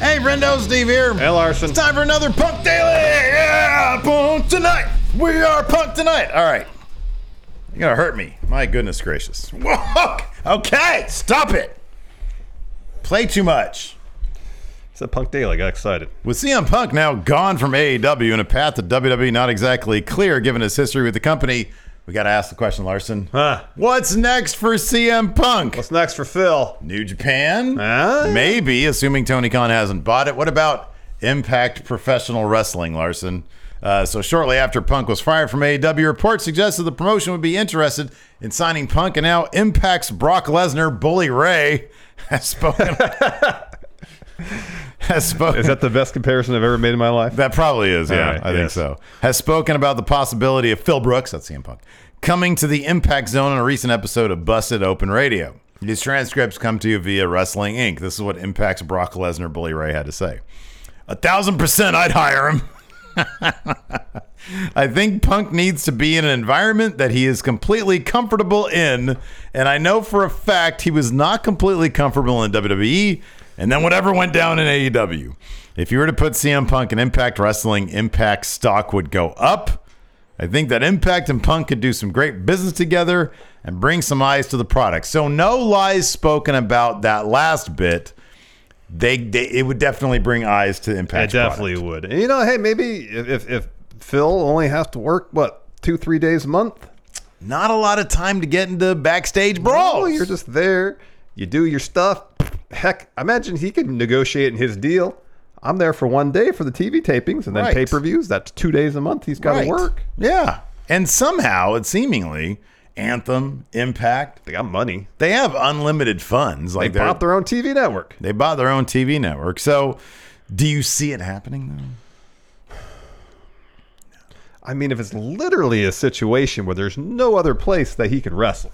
Hey, Brendo, Steve here. Hey, Larson. It's time for another Punk Daily. Yeah, Punk tonight. We are Punk tonight. All right. You're going to hurt me. My goodness gracious. Whoa. Okay, stop it. Play too much. It's a punk daily. I got excited. With CM Punk now gone from AEW and a path to WWE E not exactly clear given his history with the company, we got to ask the question, Larson. Huh. What's next for CM Punk? What's next for Phil? New Japan? Huh? Maybe, assuming Tony Khan hasn't bought it. What about Impact Professional Wrestling, Larson? Uh, so shortly after Punk was fired from E AEW, reports suggested the promotion would be interested in signing Punk, and now Impact's Brock Lesnar, Bully Ray, has spoken. has spoken. Is that the best comparison I've ever made in my life? That probably is, yeah. All right, I think yes. so. Has spoken about the possibility of Phil Brooks, that's CM Punk, coming to the Impact Zone in a recent episode of Busted Open Radio. These transcripts come to you via Wrestling Inc. This is what Impact's Brock Lesnar Bully Ray had to say. A thousand percent, I'd hire him. I think Punk needs to be in an environment that he is completely comfortable in. And I know for a fact he was not completely comfortable in WWE. And then whatever went down in AEW. If you were to put CM Punk in Impact Wrestling, Impact stock would go up. I think that Impact and Punk could do some great business together and bring some eyes to the product. So, no lies spoken about that last bit. They, they it would definitely bring eyes to I Impact. definitely would. And you know, hey, maybe if, if, if Phil only has to work, what, two, three days a month? not a lot of time to get into backstage Oh, brawls. you're just there. You do your stuff. Heck, I imagine he could negotiate in his deal. I'm there for one day for the TV tapings and then Right. pay per views. That's two days a month. He's got to Right. work. Yeah. And somehow, it seemingly, Anthem, Impact, They got money. they have unlimited funds. They Like they're- bought their own TV network. they bought their own TV network. So, do you see it happening though? I mean, if it's literally a situation where there's no other place that he could wrestle,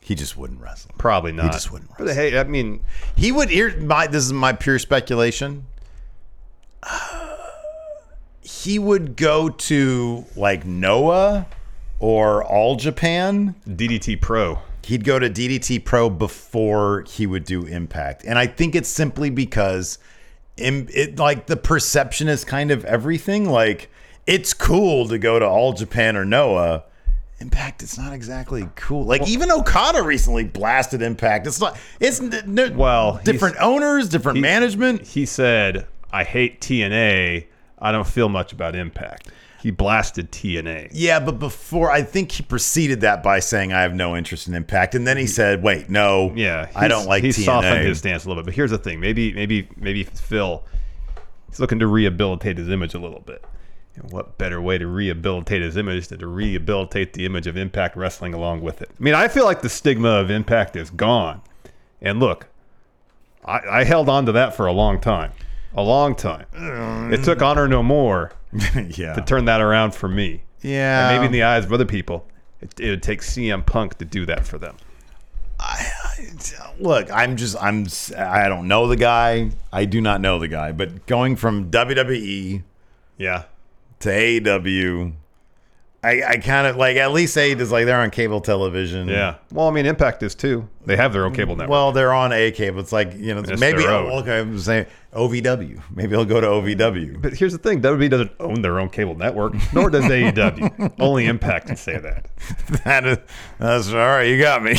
He just wouldn't wrestle. probably not. just wouldn't But hey, I mean, He would. Here, my this is my pure speculation. He would go to like Noah or All Japan. DDT Pro. he'd go to DDT Pro before he would do Impact. And I think it's simply because im- it like the perception is kind of everything. Like it's cool to go to All Japan or Noah. Impact, it's not exactly cool. Like even Okada recently blasted Impact. It's not. It's n- no, Well, he's- different owners, different management. He said, "I hate TNA. I don't feel much about Impact." He blasted TNA. Yeah, but before I think he preceded that by saying I have no interest in Impact, and then he said, "Wait, no, Yeah, I don't like He TNA." softened his stance a little bit. But here's the thing: maybe, maybe, maybe Phil, he's looking to rehabilitate his image a little bit. And what better way to rehabilitate his image than to rehabilitate the image of Impact Wrestling along with it? I mean, I feel like the stigma of Impact is gone. And look, I, I held on to that for a long time. A long time. It took Honor No More yeah, to turn that around for me. Yeah. And maybe in the eyes of other people, it, it would take CM Punk to do that for them. look, I'm just I'm I don't know the guy. I do not know the guy, but going from WWE Yeah. to AEW, I I kind of like at least AEW is like they're on cable television. Yeah. Well, I mean, Impact is too. Mm, They have their own cable network. Well, they're on AK, but it's like you know It's maybe their oh, own. okay. I'm saying OVW. Maybe I'll go to OVW. but here's the thing WWE doesn't own their own cable network, nor does AEW. Only Impact can say that. That is, that's all right. You got me.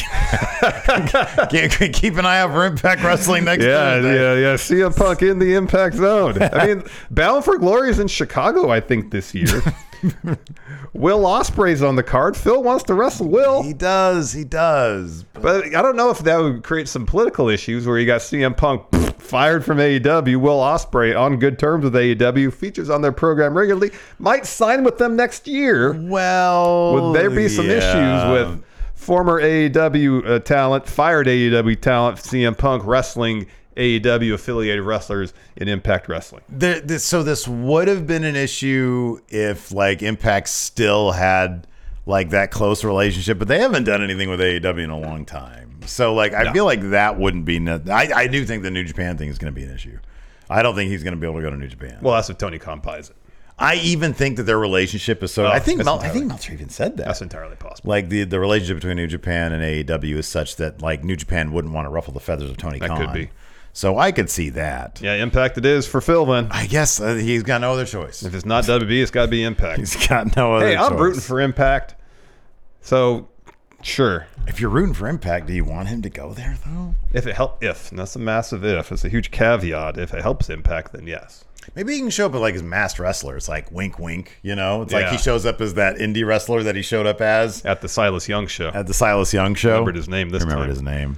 Keep- keep an eye out for Impact Wrestling next. Yeah, Thursday. yeah, yeah. CM Punk in the Impact Zone. I mean, Bound for Glory is in Chicago, I think, this year. Will Osprey's on the card. Phil wants to wrestle Will. He does. He does. But I don't know if that would create some political issues where you got CM Punk fired from AEW, Will Osprey on good terms with AEW, features on their program regularly, might sign with them next year. Well, Would there be some yeah. issues with former AEW uh, talent, fired AEW talent, CM Punk wrestling AEW affiliated wrestlers in Impact Wrestling? There, this, so this would have been an issue if like Impact still had like that close relationship, but they haven't done anything with AEW in a long time. So like I feel like that wouldn't be. No, I I do think the New Japan thing is going to be an issue. I don't think he's going to be able to go to New Japan. Well, that's if Tony Khan buys it. I even think that their relationship is so. I think Oh, that's Mel, I entirely- think Meltzer even said that. That's entirely possible. like the the relationship between New Japan and AEW is such that like New Japan wouldn't want to ruffle the feathers of Tony That Khan. could be. So I could see that. Yeah, Impact it is for Phil then. I guess uh, he's got no other choice. If it's not WB, it's got to be Impact. He's got no other. Hey, I'm choice. rooting for Impact. So, sure. If you're rooting for Impact, do you want him to go there though? If it help, if and that's a massive if. It's a huge caveat. If it helps Impact, then yes. Maybe he can show up as like his masked wrestler. It's like wink, wink. You know, it's like Yeah. he shows up as that indie wrestler that he showed up as At the Silas Young show, at the Silas Young show. remembered his name this Remembered time. his name.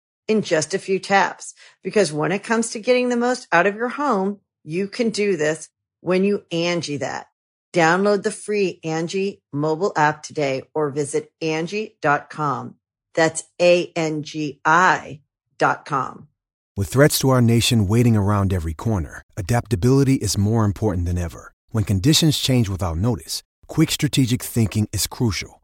in just a few taps. Because when it comes to getting the most out of your home, you can do this when you Angie that. Download the free Angie mobile app today or visit Angie.com. That's A-N-G-I dot com. With threats to our nation waiting around every corner, adaptability is more important than ever. When conditions change without notice, quick strategic thinking is crucial.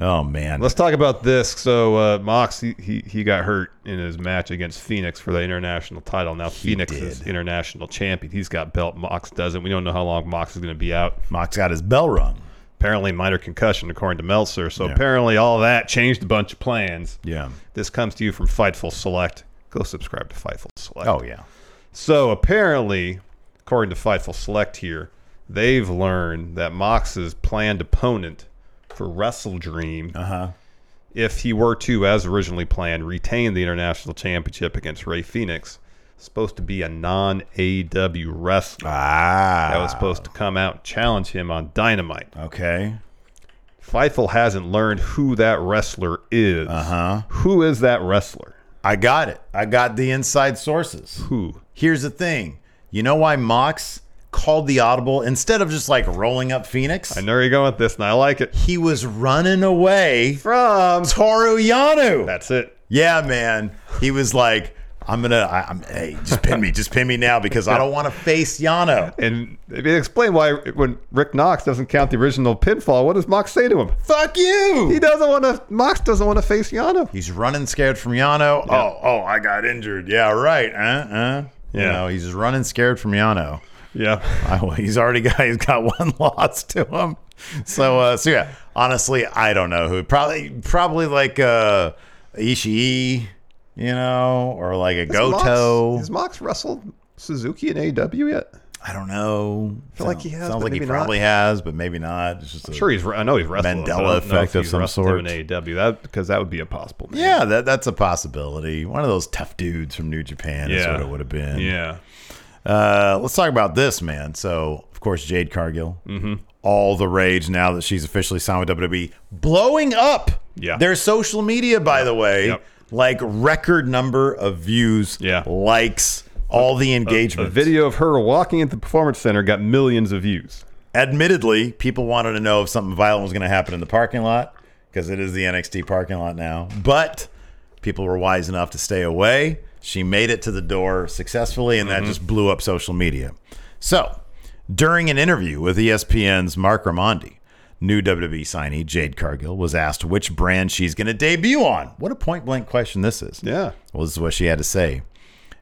Oh man. Let's talk about this. So uh, Mox he, he he got hurt in his match against Phoenix for the international title. Now Phoenix is did. international champion. He's got belt. Mox doesn't. We don't know how long Mox is going to be out. Mox got his bell rung. Apparently minor concussion according to Meltzer. So Yeah. apparently all that changed a bunch of plans. Yeah. This comes to you from Fightful Select. Go subscribe to Fightful Select. Oh yeah. So apparently, according to Fightful Select here, they've learned that Mox's planned opponent for Wrestle Dream, if he were to, as originally planned, retain the international championship against Ray Phoenix, is supposed to be a non-AEW wrestler Ah. that was supposed to come out and challenge him on Dynamite. Okay. Fightful hasn't learned who that wrestler is. Uh-huh. is that wrestler? I got it. I got the inside sources. Who? Here's the thing. You know why Mox called the audible instead of just like rolling up Phoenix? I know where you're going with this, and I like it. He was running away from Toru Yano. That's it. Yeah, man. He was like, I'm gonna, I, I'm, hey, just pin me, just pin me now because I don't want to face Yano. And if you explain why when Rick Knox doesn't count the original pinfall, what does Mox say to him? Fuck you. He doesn't want to. Mox doesn't want to face Yano. He's running scared from Yano. Oh, oh, I got injured. Yeah, right. Uh, uh. You Yeah. know, he's just running scared from Yano. Yeah, I, he's already got he's got one loss to him. So uh, so yeah, honestly, I don't know who. Probably probably like uh, Ishii, you know, or like a Goto. Mox, has Mox wrestled Suzuki in AEW yet? I don't know. I feel like he has, Sounds but like he maybe probably has, but maybe not. It's just a, I'm sure he's. I know he's wrestled. him, but I Mandela don't know if effect of he's some wrestled him sort. in AEW. That because that would be a possible. name. Yeah, that that's a possibility. One of those tough dudes from New Japan is Yeah. what it would have been. Yeah. Uh, let's talk about this, man. So, of course, Jade Cargill, Mm-hmm. all the rage now that she's officially signed with WWE, blowing up Yeah. their social media, by the way, Yep. like record number of views, Yeah. likes, all the A engagement. video of her walking at the performance center got millions of views. Admittedly, people wanted to know if something violent was going to happen in the parking lot because it is the NXT parking lot now. But people were wise enough to stay away. She made it to the door successfully, and that just blew up social media. So, during an interview with E ESPN's Mark Ramondi, new WWE signee Jade Cargill was asked which brand she's going to debut on. What a point blank question this is. Yeah. Well, this is what she had to say.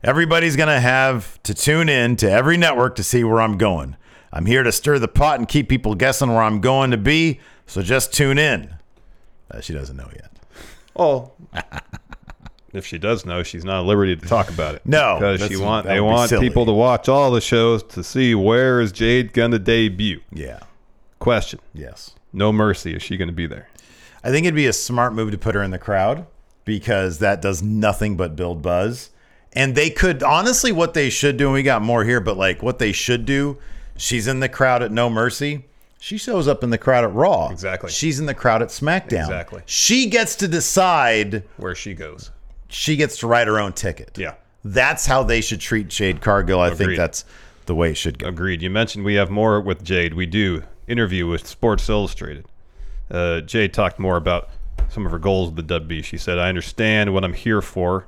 Everybody's going to have to tune in to every network to see where I'm going. I'm here to stir the pot and keep people guessing where I'm going to be, so just tune in. Uh, she doesn't know yet. Oh. If she does know, she's not at liberty to talk about it. No, because she that's- want that they would be want silly. people to watch all the shows to see where is Jade gonna debut. Yeah. Question: Yes. No mercy. Is she gonna be there? I think it'd be a smart move to put her in the crowd because that does nothing but build buzz. And they could honestly, what they should do, and we got more here, but like what they should do, she's in the crowd at No Mercy. She shows up in the crowd at Raw. Exactly. She's in the crowd at SmackDown. Exactly. She gets to decide, Where she goes. she gets to write her own ticket. Yeah. That's how they should treat Jade Cargill. I think Agreed. that's the way it should go. Agreed. You mentioned we have more with Jade. We do interview with Sports Illustrated. Uh, Jade talked more about some of her goals with the WB. She said, "I understand what I'm here for.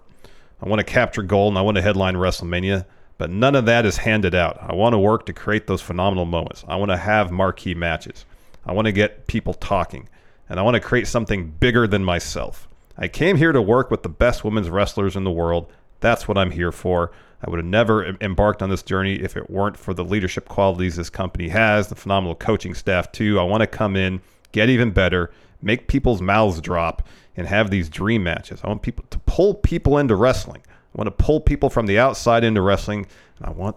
I want to capture gold and I want to headline WrestleMania, but none of that is handed out. I want to work to create those phenomenal moments. I want to have marquee matches. I want to get people talking, and I want to create something bigger than myself. I came here to work with the best women's wrestlers in the world. That's what I'm here for. I would have never em- embarked on this journey if it weren't for the leadership qualities this company has, the phenomenal coaching staff, too. I want to come in, get even better, make people's mouths drop, and have these dream matches. I want people to pull people into wrestling. I want to pull people from the outside into wrestling, and I want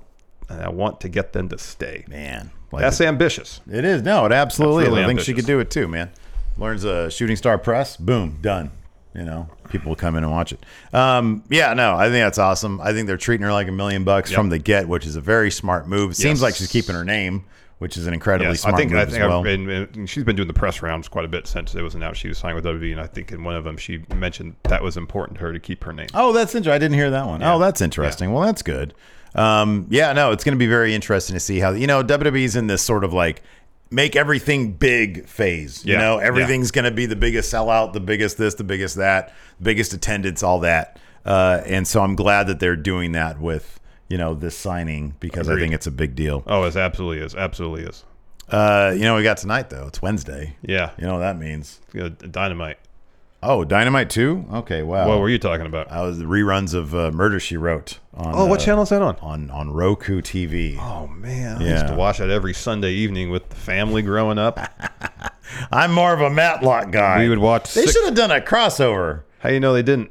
and I want to get them to stay. Man. Like That's ambitious. It is. No, it absolutely That's is. really I think she ambitious. could do it too, man. Learns a shooting star press, boom, done. You know, people will come in and watch it. Um, yeah, no, I think that's awesome. I think they're treating her like a million bucks from the get, which is a very smart move. It Seems Yes. like she's keeping her name, which is an incredibly Yes, smart I think move I think as well. I've been, and she's been doing the press rounds quite a bit since it was announced she was signed with WWE, and I think in one of them she mentioned that was important to her to keep her name. Oh, that's interesting. I didn't hear that one. Oh, that's interesting. Well, that's good. Um, yeah, no, it's going to be very interesting to see how you know WWE's in this sort of like make everything big phase. You Yeah. know, Yeah. everything's going to be the biggest sellout, the biggest this, the biggest that, biggest attendance, all that. Uh, and so I'm glad that they're doing that with you know this signing because I Agreed. think it's a big deal. Oh, it absolutely is, absolutely is. Uh, you know, what we got tonight though. It's Wednesday. Yeah, You know what that means. you know, dynamite. Oh, Dynamite Two. Okay, wow. What were you talking about? I was the reruns of uh, Murder She Wrote. On, oh, what uh, channel is that on? On on Roku TV. Oh man, I Yeah. used to watch that every Sunday evening with the family growing up. I'm more of a Matlock guy. We would watch They six- should have done a crossover. How you know they didn't?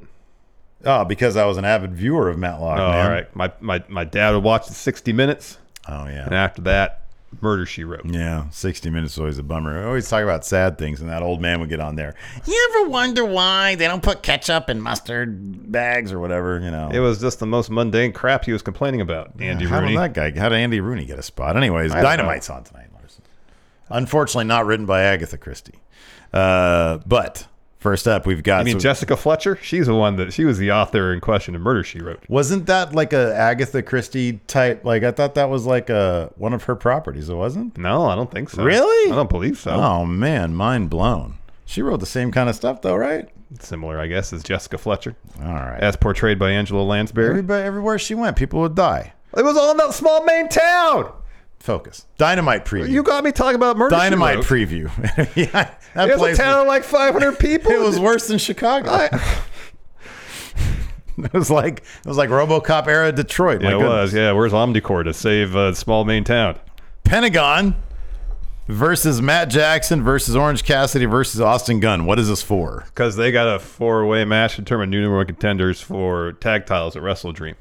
Oh, because I was an avid viewer of Matlock. Oh, man. all right. My my my dad would watch the 60 Minutes, Oh yeah. and after that, Murder She Wrote. Yeah, 60 Minutes is always a bummer. I always talk about sad things, and that old man would get on there. You ever wonder why they don't put ketchup in mustard bags or whatever? You know, It was just the most mundane crap he was complaining about. Andy how Rooney. did that guy? How did Andy Rooney get a spot? Anyways, don't know. Dynamite's on tonight, Larson. Unfortunately, not written by Agatha Christie. Uh, but first up, we've got. I mean, so- Jessica Fletcher. She's the one that she was the author in question of Murder She Wrote. wasn't that like a Agatha Christie type? Like I thought that was like a one of her properties. It wasn't. No, I don't think so. Really? I don't believe so. Oh man, mind blown. She wrote the same kind of stuff though, right? Similar, I guess, as Jessica Fletcher, All right. as portrayed by Angela Lansbury. Everybody, everywhere she went, people would die. It was all about small main town. Focus. Dynamite preview. You got me talking about Murder. She Dynamite Wrote. preview. yeah, that It was place. a town of like 500 people. it was worse than Chicago. it was like it was like RoboCop era Detroit. Yeah, My it goodness. was. Yeah, where's Omnicore to save uh, small main town? Pentagon versus Matt Jackson versus Orange Cassidy versus Austin Gunn. What is this for? Because they got a four-way match to determine new number one contenders for tag titles at Wrestle Dream.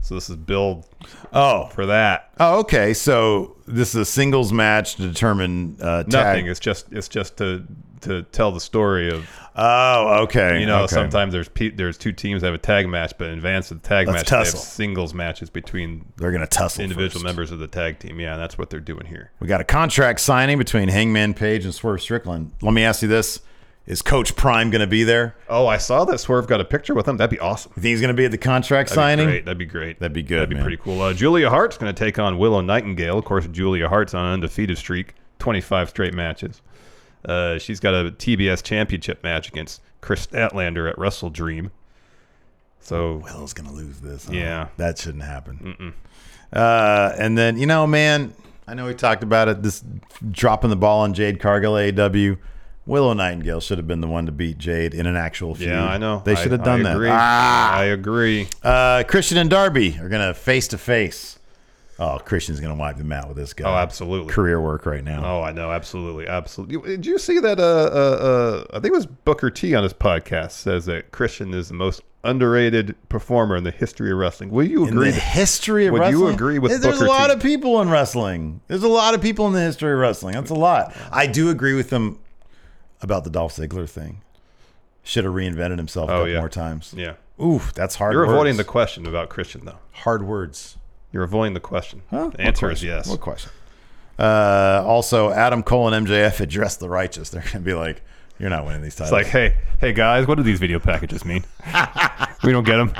So this is build Oh, for that. oh, okay. So this is a singles match to determine uh, tag. Nothing. It's just it's just to to tell the story of Oh, okay. you know okay. sometimes there's pe- there's two teams that have a tag match, but in advance of the tag Let's match, tussle. they have singles matches between they're gonna tussle. individual first. members of the tag team. Yeah, and that's what they're doing here. We got a contract signing between Hangman Page and Swerve Strickland. Let me ask you this: Is Coach Prime going to be there? Oh, I saw that Swerve got a picture with them. That'd be awesome. You think he's going to be at the contract That'd signing? Be great. That'd be great. That'd be good, That'd be man. pretty cool. Uh, Julia Hart's going to take on Willow Nightingale. Of course, Julia Hart's on an undefeated streak, 25 straight matches. Uh, she's got a TBS championship match against Chris Statlander at Wrestle Dream. So Will's going to lose this. huh? Yeah. that shouldn't happen. Uh, and then you know, man, I know we talked about it. This dropping the ball on Jade Cargill, AW. Willow Nightingale should have been the one to beat Jade in an actual feud. yeah, I know they should I- have done I that. agree. Ah, I agree. Uh, Christian and Darby are going to face to face. Oh, Christian's going to wipe them out with this guy. Oh, absolutely. Career work right now. Oh, I know, absolutely, absolutely. You- Did you see that? Uh, uh, uh, I think it was Booker T on his podcast says that Christian is the most underrated performer in the history of wrestling. Will you in agree? the that- history of Would wrestling. you agree with There's Booker a lot T? of people in wrestling. There's a lot of people in the history of wrestling. That's a lot. I do agree with them about the Dolph Ziggler thing. Should have reinvented himself a Oh, couple yeah. more times. Yeah. Oof, that's hard. You're words. avoiding the question about Christian, though. hard words. You're avoiding the question. Huh? The answer What is question? yes. What question? Uh, also, Adam Cole and MJF address the righteous. They're gonna be like, "You're not winning these It's titles." like, hey, hey guys, what do these video packages mean? we don't get them.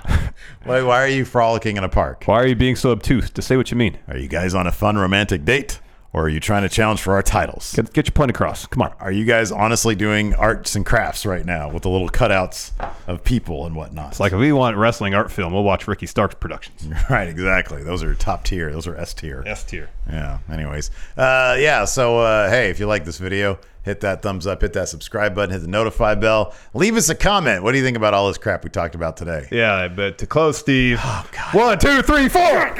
why, why are you frolicking in a park? Why are you being so obtuse? Just say what you mean. Are you guys on a fun romantic date, or are you trying to challenge for our titles? Get, get your point across. Come on. are you guys honestly doing arts and crafts right now with the little cutouts of people and whatnot? It's like if we want wrestling art film, we'll watch Ricky Starks Productions. right, exactly. Those are top tier. Those are S tier. S tier. Yeah. Anyways, uh, yeah. So uh, hey, if you like this video, hit that thumbs up, hit that subscribe button, hit the notify bell, leave us a comment. What do you think about all this crap we talked about today? Yeah, but to close, Steve. Oh, One, two, three, four.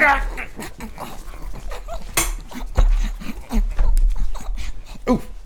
Did